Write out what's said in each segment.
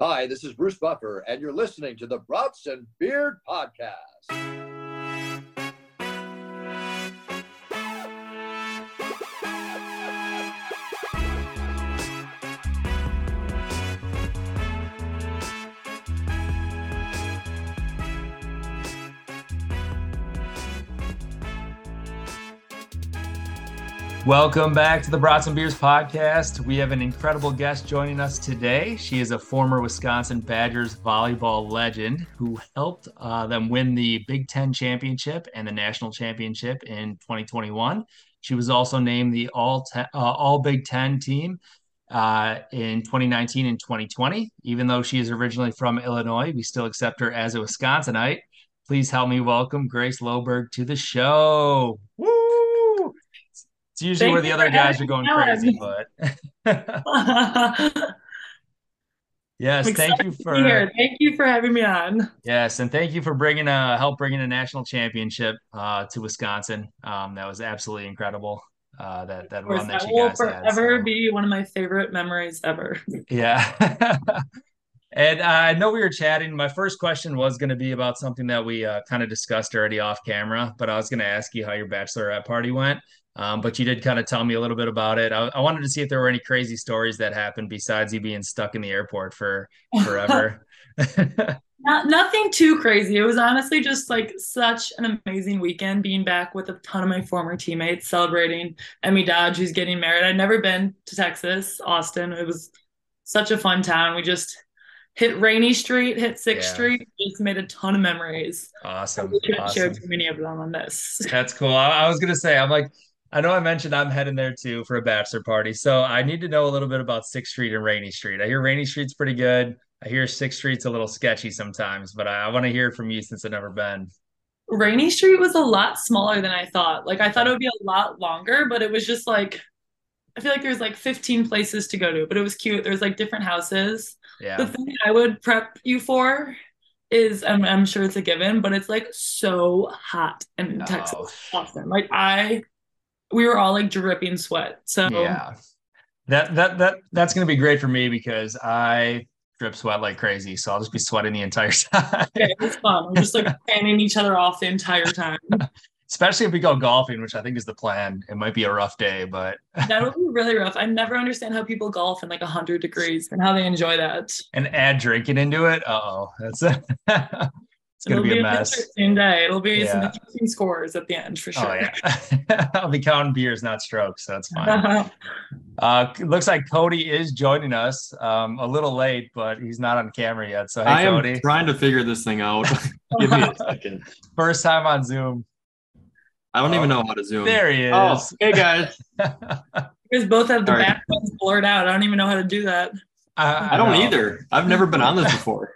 Hi, this is Bruce Buffer, and you're listening to the Broughts and Beard Podcast. Welcome back to the Brats and Beers podcast. We have an incredible guest joining us today. She is a former Wisconsin Badgers volleyball legend who helped uh, them win the Big Ten championship and the national championship in 2021. She was also named the All Ten, uh, All Big Ten team uh, in 2019 and 2020. Even though she is originally from Illinois, we still accept her as a Wisconsinite. Please help me welcome Grace Loberg to the show. Woo! It's usually Thank where the you other for guys are having going me on. crazy, but I'm yes, thank you excited to be for here. Thank you for having me on. yes, and thank you for bringing a help bringing a national championship uh, to Wisconsin. Um, that was absolutely incredible. Uh, that that Of course, run that that you will guys had. forever so. be one of my favorite memories ever. Yeah. And I know we were chatting. My first question was going to be about something that we uh, kind of discussed already off camera, but I was going to ask you how your bachelorette party went. Um, but you did kind of tell me a little bit about it. I, I wanted to see if there were any crazy stories that happened besides you being stuck in the airport for forever. Not nothing too crazy. It was honestly just like such an amazing weekend being back with a ton of my former teammates celebrating Emmy Dodge who's getting married. I'd never been to Texas, Austin. It was such a fun town. We just hit Rainy Street, hit Sixth Yeah. Street, just made a ton of memories. awesome. We couldn't share Awesome. too many of them on this. That's cool. I, I was gonna say, I'm like, I know I mentioned I'm heading there too for a bachelor party, so I need to know a little bit about Sixth Street and Rainy Street. I hear Rainy Street's pretty good. I hear Sixth Street's a little sketchy sometimes, but I, I want to hear from you since I've never been. Rainy Street was a lot smaller than I thought. Like I thought it would be a lot longer, but it was just like I feel like there's like 15 places to go to, but it was cute. There's like different houses. The Yeah, thing I would prep you for is I'm, I'm sure it's a given, but it's like so hot in Oh. Texas, Austin. Like I, we were all like dripping sweat. So Oh, yeah. That that that that's gonna be great for me because I drip sweat like crazy, so I'll just be sweating the entire time. yeah, it was fun. We're just like fanning each other off the entire time. Especially if we go golfing, which I think is the plan. It might be a rough day, but That would be really rough. I never understand how people golf in like 100 degrees and how they enjoy that. and add drinking into it. Uh oh, that's it's gonna It'll be a an mess. Interesting day. It'll be some Yeah. interesting scores at the end for sure. Oh yeah, I'll be counting beers, not strokes. So that's fine. Uh, c- looks like Cody is joining us um, a little late, but he's not on camera yet. So hey, I am Cody, trying to figure this thing out. Give me a second. first time on Zoom. I don't even Oh. know how to zoom. There he is. Oh, hey guys. you guys both have the All right. backgrounds blurred out. I don't even know how to do that. I don't know. either. I've never been on this before.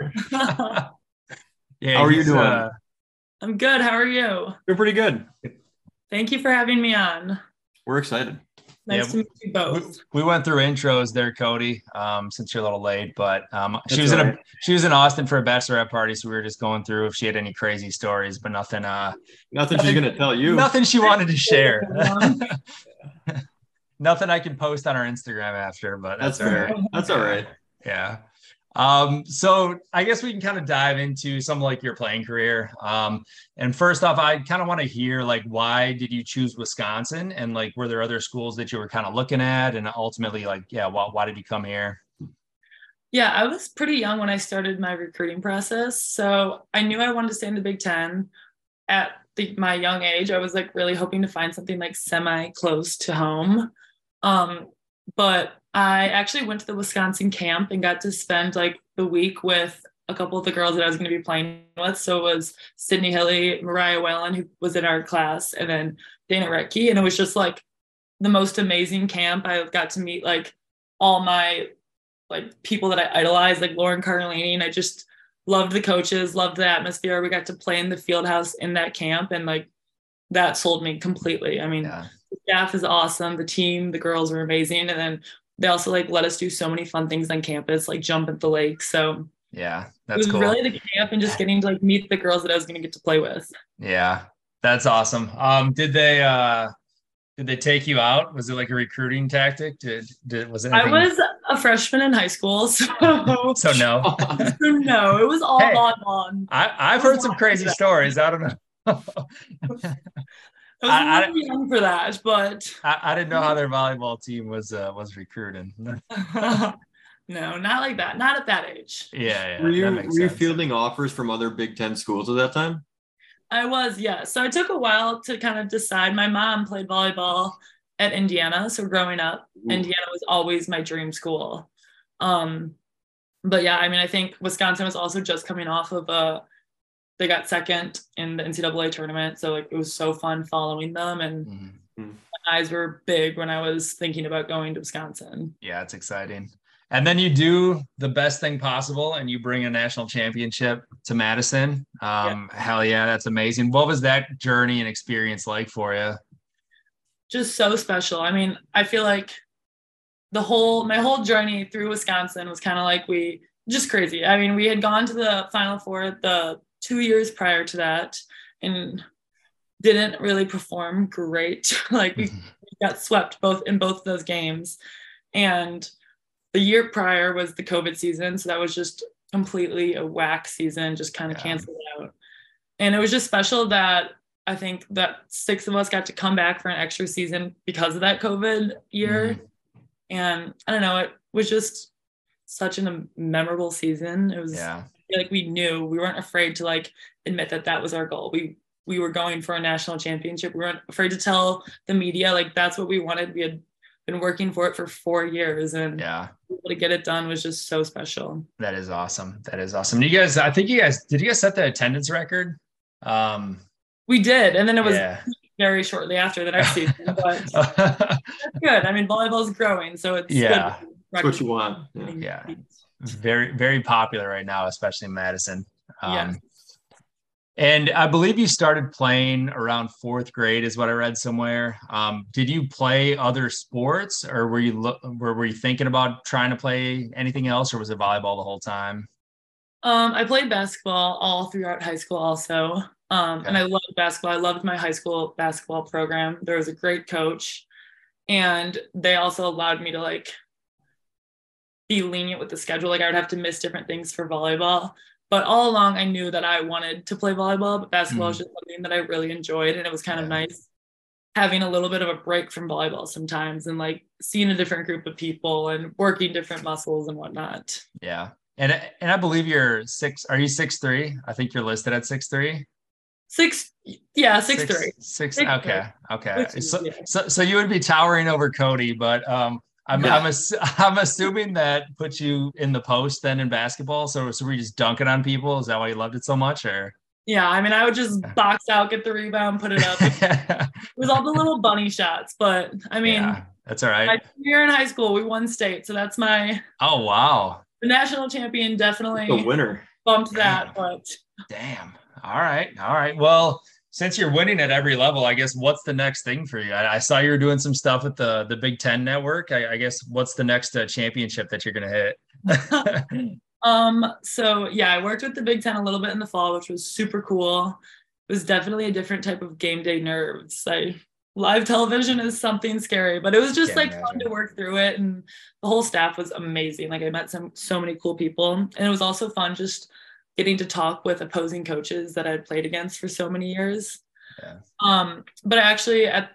Yeah, How are you he's, doing? uh, I'm good. How are you? You're pretty good. Thank you for having me on. We're excited. Nice Yeah, to meet you we, both. we went through intros there, Cody. Um, since you're a little late, but um, she That's was in all a right. she was in Austin for a bachelorette party, so we were just going through if she had any crazy stories, but nothing. Uh, Nothing she's gonna tell you. nothing she wanted to share. Um, nothing I can post on our Instagram after, but That's that's, all fair. right. That's all right. Yeah. Um, so I guess we can kind of dive into some like your playing career. Um, and first off, I kind of want to hear like why did you choose Wisconsin and like were there other schools that you were kind of looking at and ultimately like yeah, why, why did you come here? yeah, I was pretty young when I started my recruiting process. So I knew I wanted to stay in the Big Ten at the, my young age. I was like really hoping to find something like semi close to home. Um, but I actually went to the Wisconsin camp and got to spend like the week with a couple of the girls that I was going to be playing with. So it was Sydney Hilly, Mariah Whalen, who was in our class, and then Dana Retke. And it was just like the most amazing camp. I got to meet like all my like people that I idolized, like Lauren Carlini. And I just loved the coaches, loved the atmosphere. We got to play in the field house in that camp. And like that sold me completely. I mean, Yeah. staff is awesome. The team, the girls were amazing. And then they also like let us do so many fun things on campus, like jump at the lake. So Yeah. it That's was cool. really the camp and just getting to like meet the girls that I was gonna get to play with. yeah. That's awesome. Um, did they uh Did they take you out? Was it like a recruiting tactic? Did, did was it? I was a freshman in high school, so so no. so no, it was all Hey. on on. I, I've heard some crazy stories. I don't know. I was I- I- really young for that, but I, I didn't know how their volleyball team was uh, was recruiting. yeah, no, not like that. Not at that age. yeah, were you, that makes were you sense. fielding offers from other Big Ten schools at that time? I was, yeah. So it took a while to kind of decide. My mom played volleyball at Indiana. So growing up, Ooh. Indiana was always my dream school. Um, but yeah, I mean, I think Wisconsin was also just coming off of a, they got second in the NCAA tournament. So like it was so fun following them. And Mhm. my eyes were big when I was thinking about going to Wisconsin. Yeah, it's exciting. And then you do the best thing possible, and you bring a national championship to Madison. Um, Hell yeah, that's amazing. What was that journey and experience like for you? just so special. I mean, I feel like the whole my whole journey through Wisconsin was kind of like we just crazy. I mean, we had gone to the Final Four the two years prior to that and didn't really perform great. like we got swept both in both of those games. And the year prior was the COVID season. So that was just completely a whack season, just kind of Yeah. canceled out. And it was just special that I think that six of us got to come back for an extra season because of that COVID year. Mm-hmm. And I don't know, it was just such an um, memorable season. It was Yeah, like we knew we weren't afraid to like admit that that was our goal we we were going for a national championship we weren't afraid to tell the media like that's what we wanted we had been working for it for four years and yeah, being able to get it done was just so special that is awesome. That is awesome. You guys, I think you guys did. You guys set the attendance record. Um, we did and then it was yeah. very shortly after the next season but that's good i mean volleyball's growing so it's Yeah. good. That's what you want. Yeah. Yeah. very very popular right now, especially in Madison. Um, Yeah. And I believe you started playing around fourth grade, is what I read somewhere. Um, did you play other sports, or were you lo- were, were you thinking about trying to play anything else, or was it volleyball the whole time? Um, I played basketball all throughout high school, also. Um, And I loved basketball. I loved my high school basketball program. There was a great coach, and they also allowed me to like be lenient with the schedule. Like I would have to miss different things for volleyball. But all along, I knew that I wanted to play volleyball, but basketball was just something that I really enjoyed. And it was kind of Yeah. nice having a little bit of a break from volleyball sometimes and like seeing a different group of people and working different muscles and whatnot. Yeah, and I- and I believe you're six. Are you six three? I think you're listed at six three. Six, yeah, six, three. Six. Six, okay. Okay. Which is- so, yeah. so, so you would be towering over Cody, but um, I'm Yeah. I'm, ass- I'm assuming that puts you in the post then in basketball. So, so were you just dunking on people? Is that why you loved it so much? Or Yeah, I mean, I would just box out, get the rebound, put it up. it was all the little bunny shots, but I mean, Yeah, that's all right. my year in high school, we won state, so that's my oh wow, the national champion. The Definitely winner. bumped Yeah. that, but damn. All right, all right. Well. Since you're winning at every level, I guess what's the next thing for you? I, I saw you were doing some stuff with the the Big Ten Network. I, I guess what's the next uh, championship that you're gonna hit? um, so yeah, I worked with the Big Ten a little bit in the fall, which was super cool. It was definitely a different type of game day nerves. I live television is something scary, but it was just Can't like fun imagine. to work through it, and the whole staff was amazing. Like I met some so many cool people, and it was also fun just getting to talk with opposing coaches that I had played against for so many years. Yeah. Um, but I actually at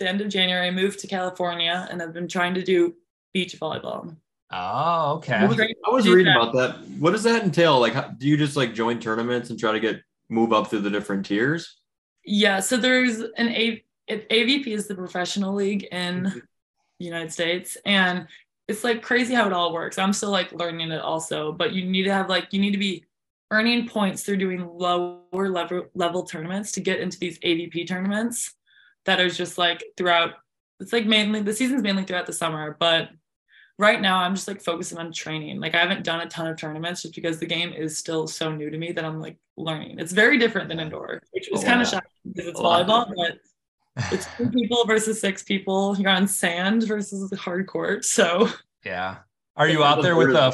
the end of January moved to California, and I've been trying to do beach volleyball. Oh, okay. What was- I was reading about that. What does that entail? Like, how, do you just like join tournaments and try to get move up through the different tiers? Yeah, so there's an A- it- AVP is the professional league in Mm-hmm. the United States, and it's like crazy how it all works. I'm still like learning it also, but you need to have like you need to be earning points through doing lower level level tournaments to get into these AVP tournaments that are just like throughout. It's like mainly the season's mainly throughout the summer, but right now I'm just like focusing on training. Like I haven't done a ton of tournaments just because the game is still so new to me that I'm like learning. It's very different than indoor, which is Oh, kind yeah. of shocking because it's A lot volleyball, but it's two people versus six people. You're on sand versus hard court. So yeah. Are you out there with uh,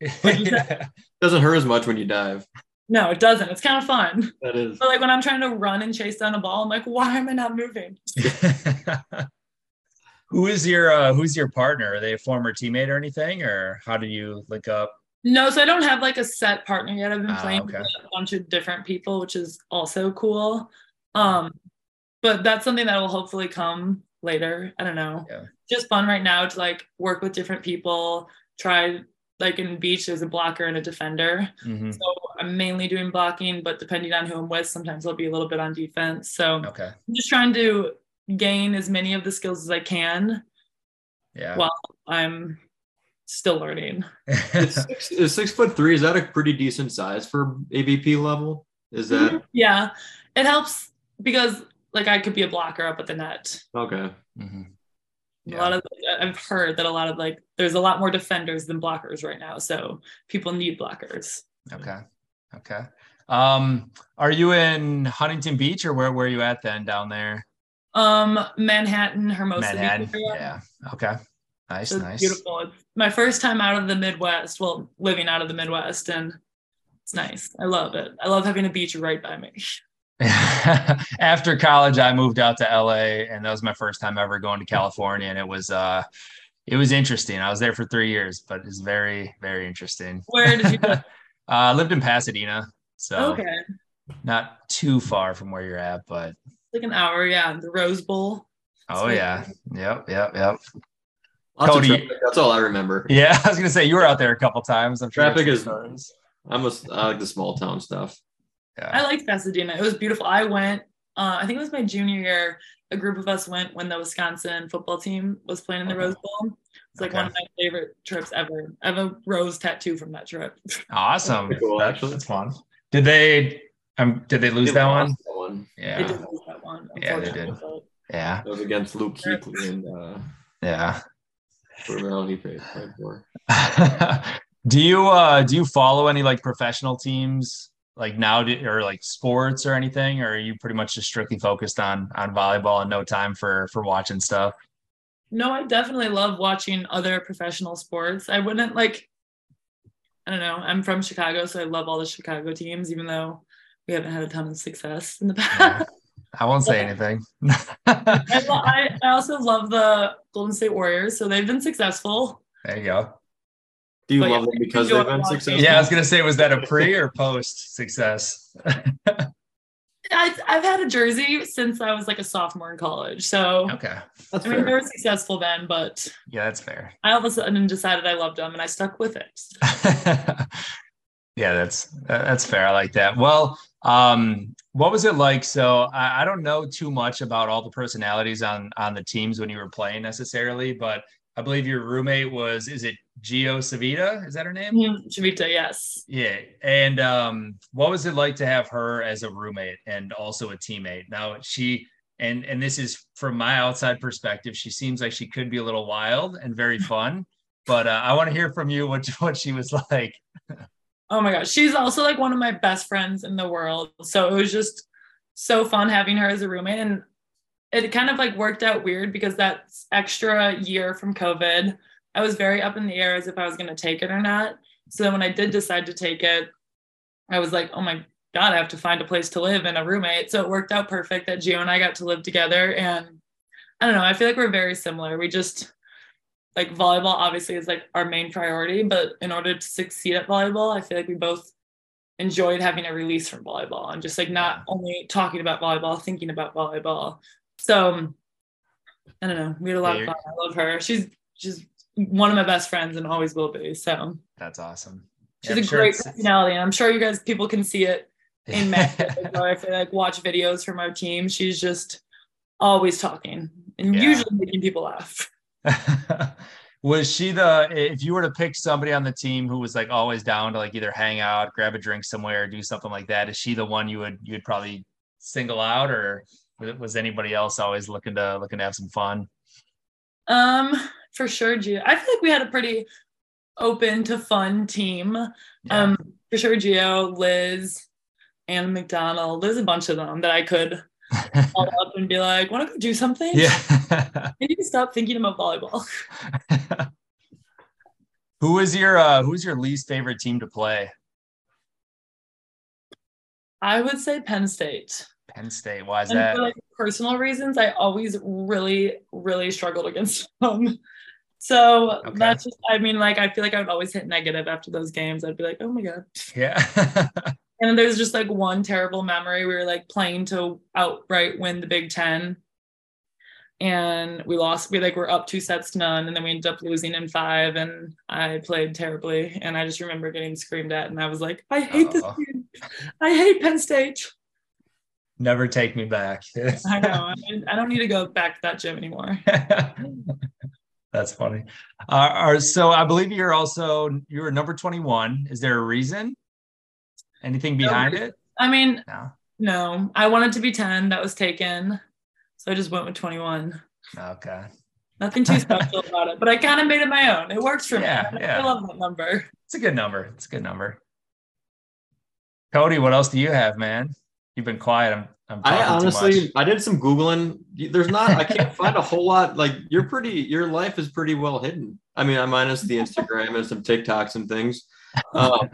Doesn't hurt as a? much when you dive? yeah. Doesn't hurt as much when you dive. No, it doesn't. It's kind of fun. That is. But like when I'm trying to run and chase down a ball, I'm like, why am I not moving? who is your uh, who's your partner? Are they a former teammate or anything, or how do you link up? No, so I don't have like a set partner yet. I've been Ah, playing okay. with a bunch of different people, which is also cool. Um, but that's something that will hopefully come later. I don't know. Yeah. Just fun right now to like work with different people, try like in beach, there's a blocker and a defender. Mhm. So I'm mainly doing blocking, but depending on who I'm with, sometimes I'll be a little bit on defense. So Okay, I'm just trying to gain as many of the skills as I can. yeah. Well, I'm still learning. Is six, is six foot three, is that a pretty decent size for AVP level? Is that Yeah, it helps because like I could be a blocker up at the net. okay? Mhm. A lot of I've heard that a lot of like there's a lot more defenders than blockers right now, so people need blockers. Okay, okay. Um, are you in Huntington Beach or where were you at then down there? Um, Manhattan, Hermosa, Beach Manhattan. area. Yeah. Okay. Nice, So it's nice. beautiful. It's my first time out of the Midwest. Well, living out of the Midwest, and it's nice. I love it. I love having a beach right by me. after college i moved out to la and that was my first time ever going to california and it was uh it was interesting i was there for three years but it's very very interesting Uh, Where did you go? i lived in pasadena so okay, not too far from where you're at but like an hour. Yeah, the Rose Bowl. oh It's yeah yep yep yep Lots of Cody. traffic, that's all I remember. yeah i was gonna say you were out there a couple times i'm sure Traffic it's- is- I'm a, I like the small town stuff. yeah. I liked Pasadena. It was beautiful. I went, uh, I think it was my junior year. A group of us went when the Wisconsin football team was playing in the Rose Bowl. It's like one of my favorite trips ever. I have a rose tattoo from that trip. awesome Pretty cool, That's- actually. that's fun did they um did they lose that one That one. They yeah did lose that one. Yeah, they unfortunately, yeah That was against Luke Kuechly and uh, yeah Romero he played played for. do you uh do you follow any like professional teams like now do, or like sports or anything or are you pretty much just strictly focused on on volleyball and no time for for watching stuff but- No, I definitely love watching other professional sports. I wouldn't like, I don't know. I'm from Chicago, so I love all the Chicago teams, even though we haven't had a ton of success in the past. i won't say anything I, lo- I, I also love the Golden State Warriors, so they've been successful. there you go Do you But yeah, love them because enjoy they've been watching. successful? yeah i was gonna say was that a pre or post success I, I've had a jersey since I was like a sophomore in college, so okay that's I mean they fair. were successful then. But yeah that's fair I all of a sudden decided I loved them, and I stuck with it. yeah, that's that- that's fair. I like that. Well, um, what was it like? So I, I don't know too much about all the personalities on on the teams when you were playing necessarily, but I believe your roommate was is it Gio Savita? Is that her name? Mm, Chavita, yes, Yeah. And um, what was it like to have her as a roommate and also a teammate? Now she and and this is from my outside perspective, she seems like she could be a little wild and very fun. But uh, I want to hear from you what what she was like. oh my gosh, she's also like one of my best friends in the world. So it was just so fun having her as a roommate, and it kind of like worked out weird because that extra year from COVID, I was very up in the air as if I was going to take it or not. So then when I did decide to take it, I was like, oh my God, I have to find a place to live and a roommate. So it worked out perfect that Gio and I got to live together. And I don't know, I feel like we're very similar. We just like volleyball obviously is like our main priority, but in order to succeed at volleyball, I feel like we both enjoyed having a release from volleyball and just like not only talking about volleyball, thinking about volleyball. So I don't know. We had a lot Yeah, you're- of fun. I love her. She's she's one of my best friends and always will be. So That's awesome. She's I'm a sure great it's- personality, and I'm sure you guys people can see it in Matt. if they like watch videos from our team, she's just always talking and Yeah. usually making people laugh. was she the if you were to pick somebody on the team who was like always down to like either hang out, grab a drink somewhere, do something like that? Is she the one you would you'd probably single out, or was- was anybody else always looking to looking to have some fun? Um, for sure, Gio. I feel like we had a pretty open to fun team. Yeah. Um, for sure, Gio, Liz, and McDonald. There's a bunch of them that I could call up and be like, "Want to go do something? yeah. I need to stop thinking about volleyball." who is your uh, who's your least favorite team to play? I would say Penn State. Penn State. Why is And that? for like personal reasons, I always really, really struggled against them. So Okay. that's just, I mean, like, I feel like I would always hit negative after those games. I'd be like, oh my God. Yeah. And there's just like one terrible memory. We were like playing to outright win the Big Ten. And we lost. We like were up two sets to none, and then we ended up losing in five. And I played terribly. And I just remember getting screamed at, and I was like, "I hate this Uh-oh. team. I hate Penn State." Never take me back. I know. I, I don't need to go back to that gym anymore. That's funny. Uh, are- so I believe you're also you're number 21. Is there a reason? Anything behind it? I mean, No. no. I wanted to be 10. That was taken. So I just went with 21. Okay. Nothing too special about it, but I kind of made it my own. It works for Yeah, me. yeah. I love that number. It's a good number. It's a good number. Cody, what else do you have, man? You've been quiet. I'm I'm talking I too honestly, much. I did some googling. You- There's not, I can't find a whole lot. Like you're pretty, your life is pretty well hidden. I mean, I minus the Instagram and some TikToks and things. Um,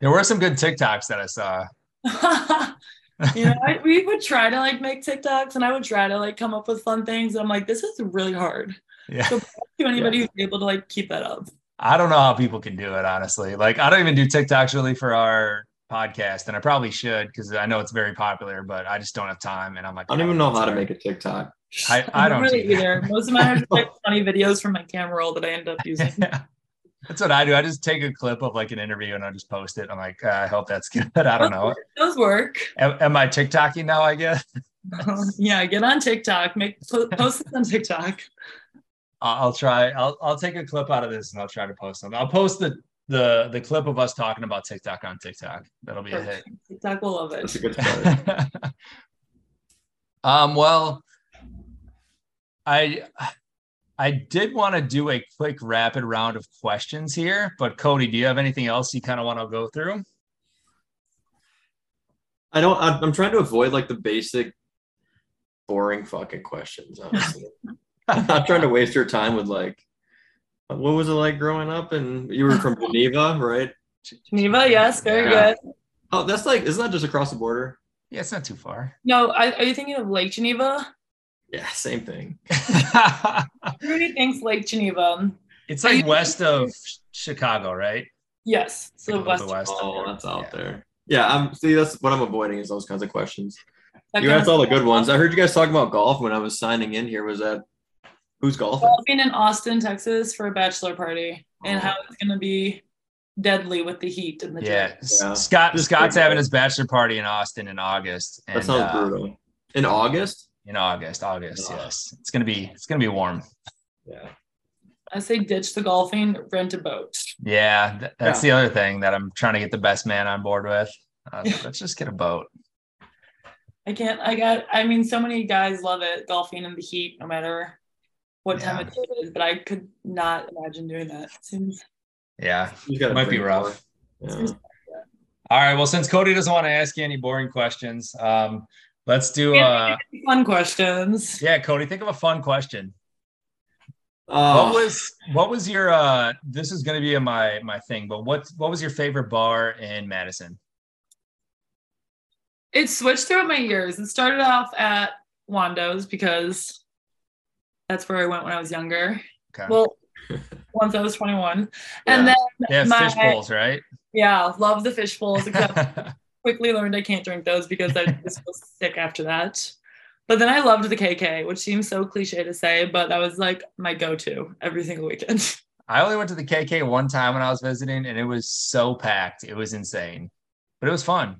There were some good TikToks that I saw. you know, I, we would try to like make TikToks and I would try to like come up with fun things. And I'm like, this is really hard Yeah. to anybody who's able to like keep that up. I don't know how people can do it, honestly. Like, I don't even do TikToks really for our podcast, and I probably should because I know it's very popular, but I just don't have time. And I'm like, I don't even know how to make a TikTok. I, I don't really do that. either. Most of mine are just like funny videos from my camera roll that I end up using. That's what I do. I just take a clip of like an interview and I just post it. I'm like, uh, I hope that's good. I don't know. Those work. Am, am I TikToking now? I guess yeah, get on TikTok. Make po- post this on TikTok. I- I'll try. I'll I'll take a clip out of this and I'll try to post something. I'll post the the the clip of us talking about TikTok on TikTok. That'll be a hit. TikTok will love That's it. a good start. um, well, I I did want to do a quick rapid round of questions here, but Cody, do you have anything else you kind of want to go through? I don't, I'm I'm trying to avoid like the basic boring fucking questions. Honestly. I'm not trying to waste your time with like, what was it like growing up? And you were from Geneva, right? Geneva, yes, very Yeah. good. Oh, that's like, isn't that just across the border? Yeah, it's not too far. No, I, are you thinking of Lake Geneva? Yeah, same thing. Everybody thinks Lake Geneva. it's Are like you- west of Ch- Chicago, right? Yes, so Like a little West. bit west. Oh, that's out there. Yeah, I'm see that's what I'm avoiding is those kinds of questions. that You kind asked of- all the good ones. I heard you guys talking about golf when I was signing in here. Was that who's golfing? Golfing in Austin, Texas, for a bachelor party, and Oh. how it's gonna be deadly with the heat and the Yeah. jet. S- Yeah. Scott Just Scott's pretty having good. his bachelor party in Austin in August. That and, sounds uh, brutal. In August? in August. August, Ugh. yes. It's gonna be it's gonna be warm. Yeah. I say ditch the golfing, rent a boat. Yeah, th- that's the other thing that I'm trying to get the best man on board with. Uh, let's just get a boat. I can't. I got. I mean, so many guys love it golfing in the heat, no matter what Yeah. time of day it is. But I could not imagine doing that. Seems Yeah. You gotta Might be drink rough. more. Yeah. All right. Well, since Cody doesn't want to ask you any boring questions, um, let's do. Yeah. Uh, fun questions. yeah, Cody, think of a fun question. Oh, What was what was your? Uh, this is going to be in my my thing, but what what was your favorite bar in Madison? It switched throughout my years. It started off at Wando's because that's where I went when I was younger. Okay. Well, once I was 21, Yeah. and then they have my- fish bowls, right? yeah, love the fish bowls. Except quickly learned I can't drink those because I just was sick after that. But then I loved the KK, which seems so cliche to say, but that was like my go-to every single weekend. I only went to the KK one time when I was visiting, and it was so packed. It was insane, but it was fun.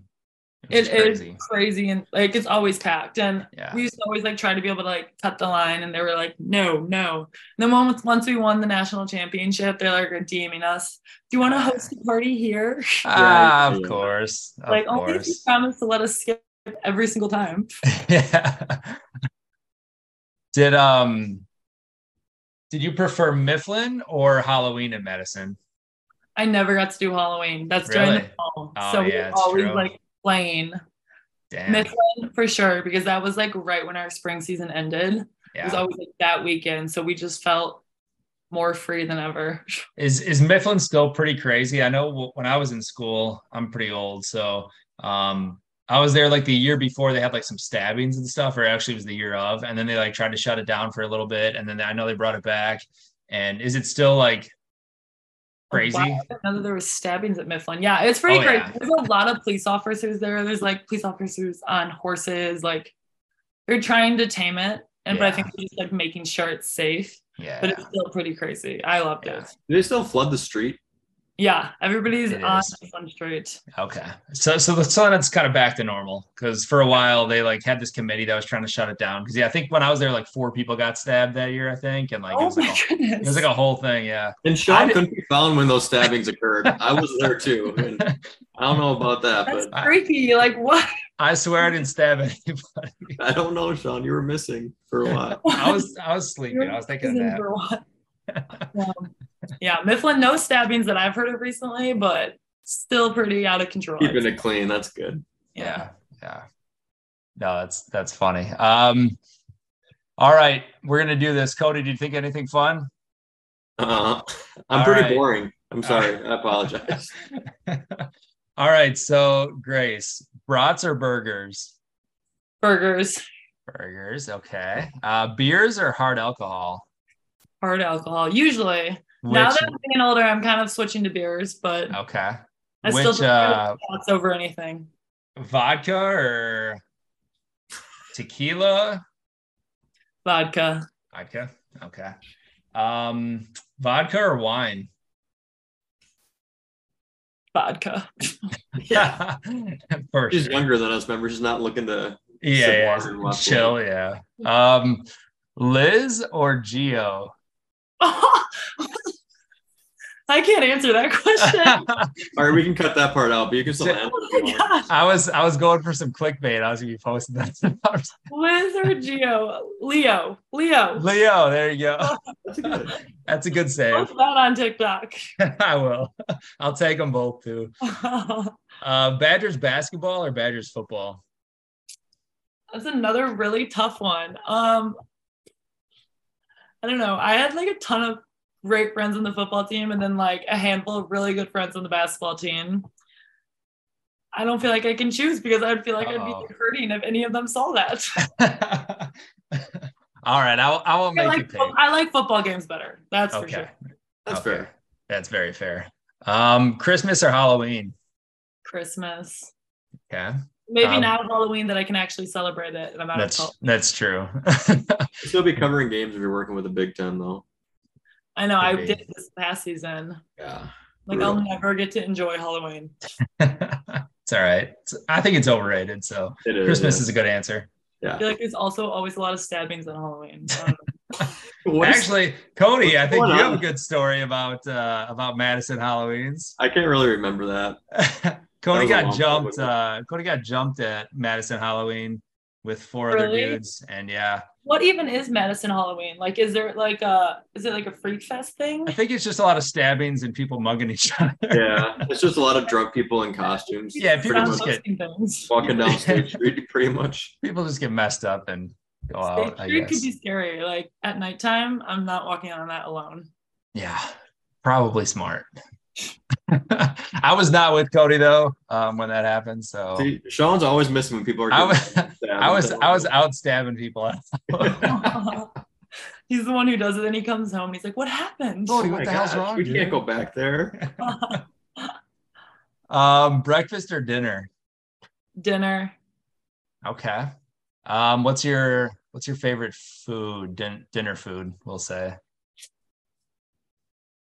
It It was is crazy. crazy. and like it's always packed. And yeah. we used to always like try to be able to like cut the line, and they were like, no, no. And then once once we won the national championship, they're like DMing us, do you want to host a party here? Ah, of yeah. course. Of like only if you course. promise to let us skip every single time. yeah. Did um did you prefer Mifflin or Halloween in Madison? I never got to do Halloween. That's during Really? the fall. Oh, so yeah, we were it's always true. like playing Damn. Mifflin for sure, because that was like right when our spring season ended. It was yeah. always like that weekend. So we just felt more free than ever. Is is Mifflin still pretty crazy? I know wh- when I was in school, I'm pretty old, so um I was there like the year before they had like some stabbings and stuff, or actually it was the year of, and then they like tried to shut it down for a little bit, and then I know they brought it back. And is it still like crazy? Wow, I didn't know that there was stabbings at Mifflin. Yeah, it's pretty Oh, crazy. yeah. There's a lot of police officers there. There's like police officers on horses. Like they're trying to tame it, and but I Yeah. think they're just like making sure it's safe. Yeah. But it's still pretty crazy. I loved Yeah. it. Do they still flood the street? Yeah, everybody's It on is. Mifflin Street. Okay. So so the so that's kind of back to normal because for a while they like had this committee that was trying to shut it down. Cause yeah, I think when I was there, like four people got stabbed that year, I think. And like it oh was my like a, goodness! it was like a whole thing. Yeah. And I Sean did- couldn't be found when those stabbings occurred. I was there too. And I don't know about that, That's but freaky. Like what? I swear I didn't stab anybody. I don't know, Sean. You were missing for a while. I was I was sleeping. I was thinking of that. Number one. Um, yeah, Mifflin, no stabbings that I've heard of recently, but still pretty out of control. Keeping it clean. That's good. yeah yeah no that's that's funny um all right we're gonna do this cody do you think anything fun Uh, I'm All pretty right. boring. I'm sorry. I apologize. all right so grace brats or burgers Burgers, burgers okay uh beers or hard alcohol hard alcohol. Usually, now which that I'm getting older, I'm kind of switching to beers, but okay I still which prefer uh shots over anything. vodka or tequila Vodka, vodka okay um vodka or wine vodka. yeah. for She's sure. younger than us. Remember, she's not looking to. sip yeah, water and yeah. walk chill, yeah. Um, Liz or Geo? I can't answer that question. I All right, we can cut that part out, but you can still Chill. answer. oh if my you want. gosh. was I was going for some clickbait. I was gonna be posting that. Liz or Geo? Leo. Leo. Leo, there you go. That's good. That's a good Post save. that on TikTok. I will. I'll take them both too. Uh, Badgers basketball or Badgers football? That's another really tough one. Um, I don't know. I had like a ton of great friends on the football team, and then like a handful of really good friends on the basketball team. I don't feel like I can choose because I'd feel like I'd Uh-oh. be hurting if any of them saw that. All right, I, will- I won't make I you like, pick. fo- I like football games better. That's for Okay, sure. That's Okay. fair. that's very fair. Um, Christmas or Halloween? Christmas. Okay, Maybe Um, now Halloween that I can actually celebrate it and I'm out of that's cult. that's true. You'll still be covering games if you're working with a Big Ten, though. I know I Could be. did this past season. Yeah. Like I'll never get to enjoy Halloween. it's all right. It's- I think it's overrated. So It is. Christmas is a good answer. I feel like there's also always a lot of stabbings on Halloween. I don't know. What is- Actually, Cody, I think you going have a on? good story about uh, about Madison Halloween's. I can't really remember that. Cody was a got long time jumped. ago. Uh, Cody got jumped at Madison Halloween with four other Really? dudes, and yeah, what even is Madison Halloween? Like, is there like a is it like a freak fest thing? I think it's just a lot of stabbings and people mugging each other. Yeah. It's just a lot of drunk people in costumes. Yeah, people pretty Stop much just get posting things. walking down State Street, pretty much. people just get messed up and go out. I Street could guess. be scary. Like at nighttime, I'm not walking on that alone. Yeah, probably smart. I was not with Cody though um, when that happened, so. See, Sean's always missing when people are. I getting was- stabbed. I was I was out stabbing people. he's the one who does it, and he comes home and he's like, "What happened?" Cody, Oh what my the hell's gosh, wrong, We dude? can't go back there. Um, breakfast or dinner? Dinner. Okay. Um, what's your what's your favorite food? Din- dinner food, we'll say.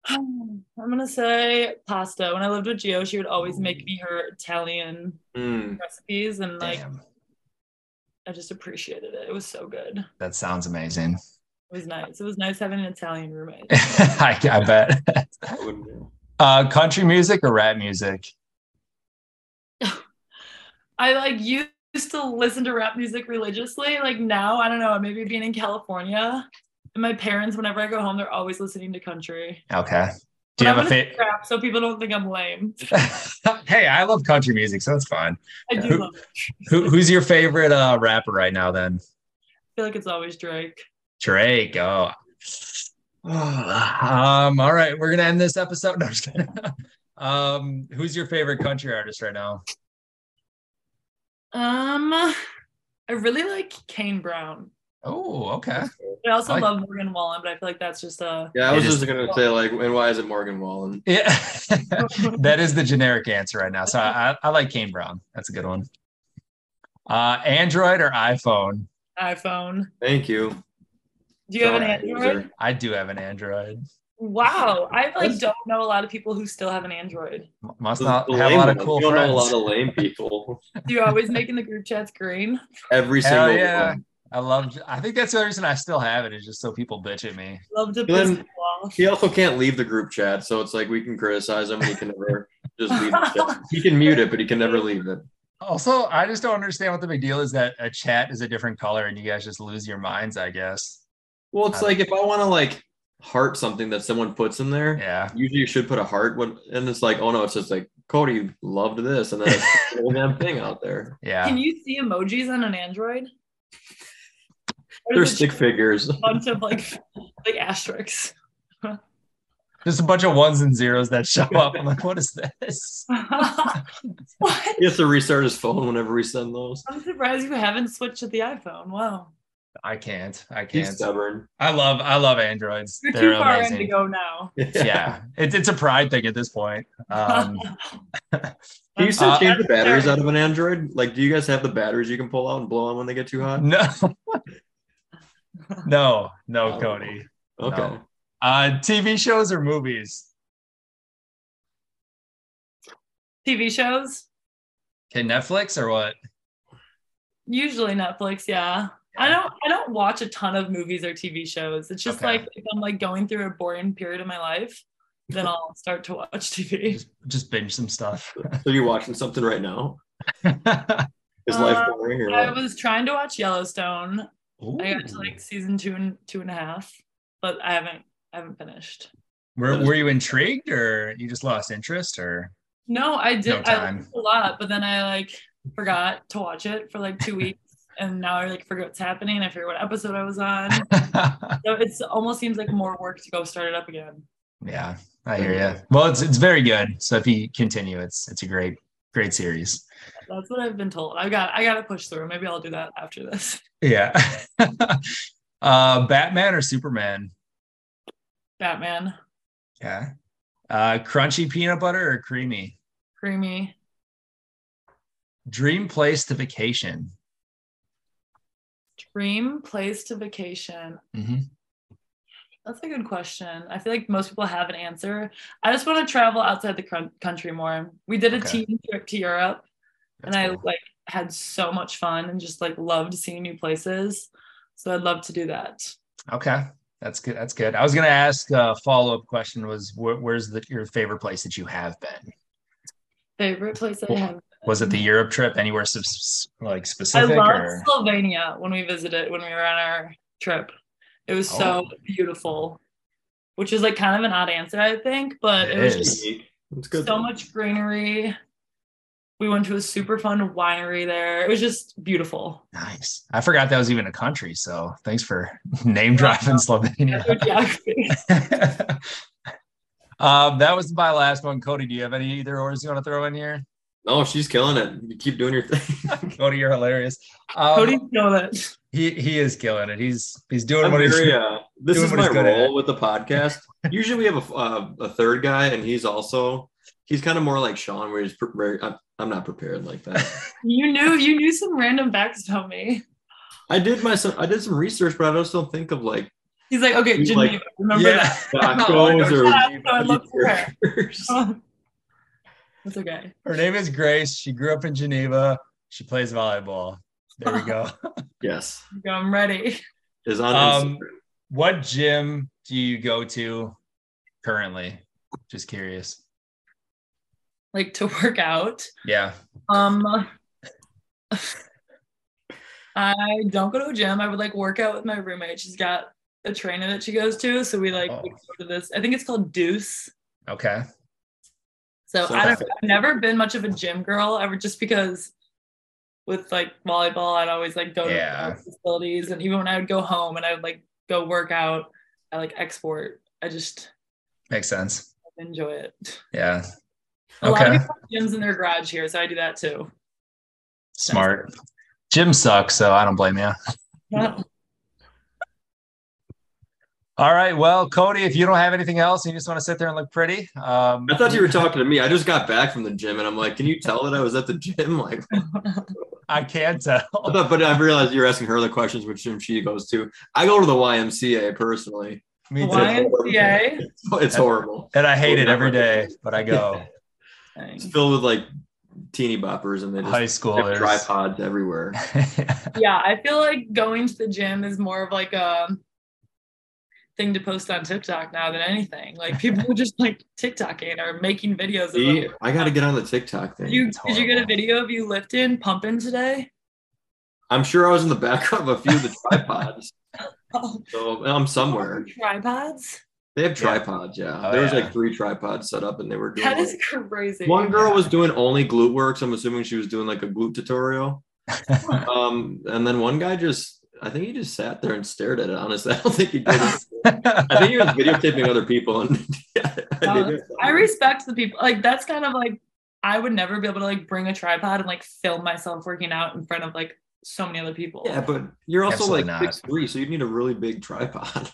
I'm gonna say pasta. When I lived with Gio, she would always make me her Italian Mm. recipes, and like Damn, I just appreciated it. It was so good. It that sounds amazing. was nice. It was nice having an Italian roommate. I, I bet. I wouldn't- Uh, country music or rap music? I like used to listen to rap music religiously. Like now, I don't know, maybe being in California. And my parents, whenever I go home, they're always listening to country. Okay. Do you have But a I'm gonna say favorite? rap so people don't think I'm lame? hey, I love country music, so it's fine. I do Who- love it. Who, who's your favorite uh, rapper right now? Then I feel like it's always Drake. Drake. Oh. um, all right, we're gonna end this episode. No, I'm just kidding. um, who's your favorite country artist right now? Um, I really like Kane Brown. Oh, okay. I also I like- love Morgan Wallen, but I feel like that's just a Yeah, I was It is- just gonna say like, and why is it Morgan Wallen? Yeah, that is the generic answer right now. So I, I, I like Kane Brown. That's a good one. Uh, Android or iPhone? iPhone. Thank you. Do you have an Sorry, Android? loser. I do have an Android. Wow, I like don't know a lot of people who still have an Android. M- Must Those not are the have a lame lot of ones. cool You don't friends. know a lot of lame people. Do you always making the group chats green? Every Hell single yeah. one. I love. I think that's the only reason I still have it is just so people bitch at me. Love to piss Glenn- people off. He also can't leave the group chat, so it's like we can criticize him. and He can never just leave. The chat. He can mute it, but he can never leave it. Also, I just don't understand what the big deal is that a chat is a different color and you guys just lose your minds. I guess. Well, it's like if I want to like heart something that someone puts in there, Yeah. usually you should put a heart when, and it's like, oh no, it's just like Cody loved this, and then it's the whole damn thing out there. Yeah. Can you see emojis on an Android? Or They're is it stick just figures. A bunch of like like asterisks. Just a bunch of ones and zeros that show up. I'm like, what is this? what? He has to restart his phone whenever we send those. I'm surprised you haven't switched to the iPhone. Wow. I can't. I He's can't. stubborn. I love. I love androids. You're They're too far in to amazing. go now. yeah, it's it's a pride thing at this point. Um, Can you still Uh, change the batteries out of an Android? Like, do you guys have the batteries you can pull out and blow on when they get too hot? no, no, no, Cody. Okay. No. Uh, TV shows or movies? TV shows? Okay, Netflix or what? Usually Netflix, yeah. I don't I don't watch a ton of movies or TV shows. It's just Okay. like if I'm like going through a boring period of my life, then I'll start to watch TV. Just, just binge some stuff. So you're watching something right now? Is Uh, life boring or I what? was trying to watch Yellowstone. I got to Ooh. like season two and two and a half, but I haven't I haven't finished. were, were you intrigued or you just lost interest or? No, I did. No I time. liked it a lot, but then I like forgot to watch it for like two weeks, and now I like forget what's happening. I forget what episode I was on. So it's almost seems like more work to go start it up again. yeah, I hear you. Well, it's it's very good. So if you continue, it's it's a great great series. That's what I've been told. I got I got to push through. Maybe I'll do that after this. Yeah. uh, Batman or Superman? Batman, Yeah. Uh, crunchy peanut butter or creamy? creamy. Dream place to vacation. Dream place to vacation. Mhm. That's a good question. I feel like most people have an answer. I just want to travel outside the coun- country more. We did a Okay. team trip to Europe That's and I cool. like had so much fun and just like loved seeing new places. So I'd love to do that. okay, that's good. That's good. I was gonna ask a follow up question. Was where, where's the, your favorite place that you have been? Favorite place I have. Was it the Europe trip? Anywhere sp- like Mm-hmm. I specific? loved or- Slovenia when we visited when we were on our trip. It was so Oh. beautiful, which is like kind of an odd answer, I think, but It it, was is. just It's good. so much greenery. We went to a super fun winery there. It was just beautiful. Nice. I forgot that was even a country. So thanks for name dropping Slovenia. Good geography. um, that was my last one. Cody, do you have any either ors you want to throw in here? No, she's killing it. You keep doing your thing. Cody, you're hilarious. Um, How do you know that? he he is killing it. He's he's doing I'm what he's very, uh, this doing is what he's my good at. role with the podcast. Usually we have a, uh, a third guy, and he's also he's kind of more like Sean, where he's pre- very. I'm, I'm not prepared like that. You knew you knew some random facts about me. I did my some, I did some research, but I just don't think of like He's like, okay, He's Geneva. like, remember that? tacos Oh, or I know, I love her. burgers. That's okay. Her name is Grace. She grew up in Geneva. She plays volleyball. There we go. Yes, I'm ready. is on Um, Instagram. what gym do you go to currently? Just curious. Like to work out. Yeah. Um, I don't go to a gym. I would like work out with my roommate. She's got a trainer that she goes to, so we like Oh. would go to this. I think it's called Deuce. Okay. So So I don't. that's- I've never been much of a gym girl ever, just because with like volleyball, I'd always like go Yeah. to facilities, and even when I would go home and I would like go work out, I like export. I just Makes sense. enjoy it. Yeah. A lot Okay. of people have gyms in their garage here, so I do that too. Smart. Jim sucks, so I don't blame you. Well, All right. Well, Cody, if you don't have anything else and you just want to sit there and look pretty, um, I thought you were talking to me. I just got back from the gym and I'm like, can you tell that I was at the gym? Like, I can tell. but I realized you're asking her the questions which gym she goes to. I go to the YMCA personally. Me too. YMCA. It's horrible. And I hate it every day, but I go. It's filled with like teeny boppers and they just High have schoolers. tripods everywhere. Yeah, I feel like going to the gym is more of like a thing to post on TikTok now than anything. Like people are just like TikToking or making videos. Of See, them. I got to get on the TikTok thing. You It's did you get a horrible. video of you lifting pumping today? I'm sure I was in the back of a few of the tripods. Oh, So I'm somewhere. tripods. They have Yeah. tripods, yeah. Oh, there was yeah. like three tripods set up and they were doing That is crazy. One girl Yeah. was doing only glute works. I'm assuming she was doing like a glute tutorial. um, and then one guy just, I think he just sat there and stared at it. Honestly, I don't think he did. it. I think he was videotaping other people. And yeah, I, did it. Uh, I respect the people. Like that's kind of like I would never be able to like bring a tripod and like film myself working out in front of like so many other people. yeah, but you're also Absolutely like not. six three, so you need a really big tripod.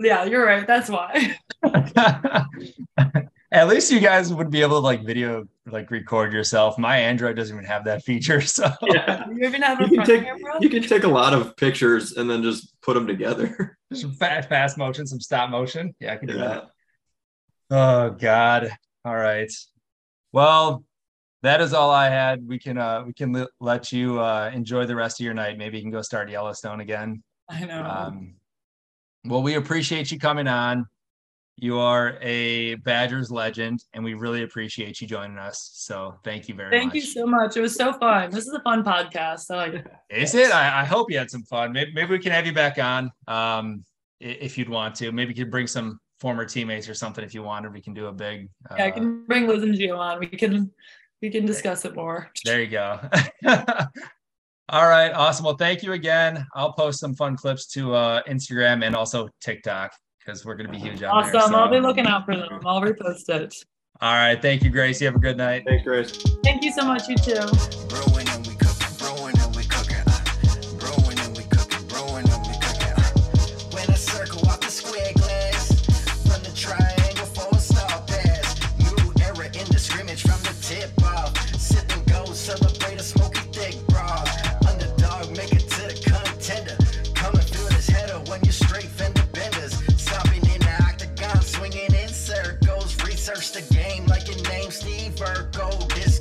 Yeah, you're right. That's why. At least you guys would be able to like video, like record yourself. My Android doesn't even have that feature, so yeah, You even have a you can front take camera. you can take a lot of pictures and then just put them together. some fast, fast motion, some stop motion. Yeah, I can do that. Yeah. Oh God. All right. Well, that is all I had. We can uh we can l- let you uh enjoy the rest of your night. Maybe you can go start Yellowstone again. I know. Uh, Um well, we appreciate you coming on. You are a Badgers legend, and we really appreciate you joining us. So thank you very Thank much. you so much. It was so fun. This is a fun podcast. I like it. Is it? I, I hope you had some fun. Maybe, maybe we can have you back on um, i- if you'd want to. Maybe you could bring some former teammates or something if you wanted. We can do a big. Uh, Yeah, I can bring Liz and Gio on. We can we can discuss it more. There you go. All right, awesome. Well, thank you again. I'll post some fun clips to uh, Instagram and also TikTok because we're going to be huge on there. Awesome. so- I'll be looking out for them. I'll repost it. All right, thank you, Grace. You have a good night. Thanks, Grace. Thank you so much, you too. Brewing and we cooking, brewing and we cooking, uh. brewing and we cooking, brewing and we cooking. Uh. When I circle out the square glass, from the triangle for a star pass. New era in the scrimmage from the tip off. Sip and go, celebrate a smoky thick bra. Underdog, make it to the contender. Coming through this header when you straight fender benders. Stopping in the octagon, swinging in circles. Research the game like your name Steve Urkel. This uh. uh.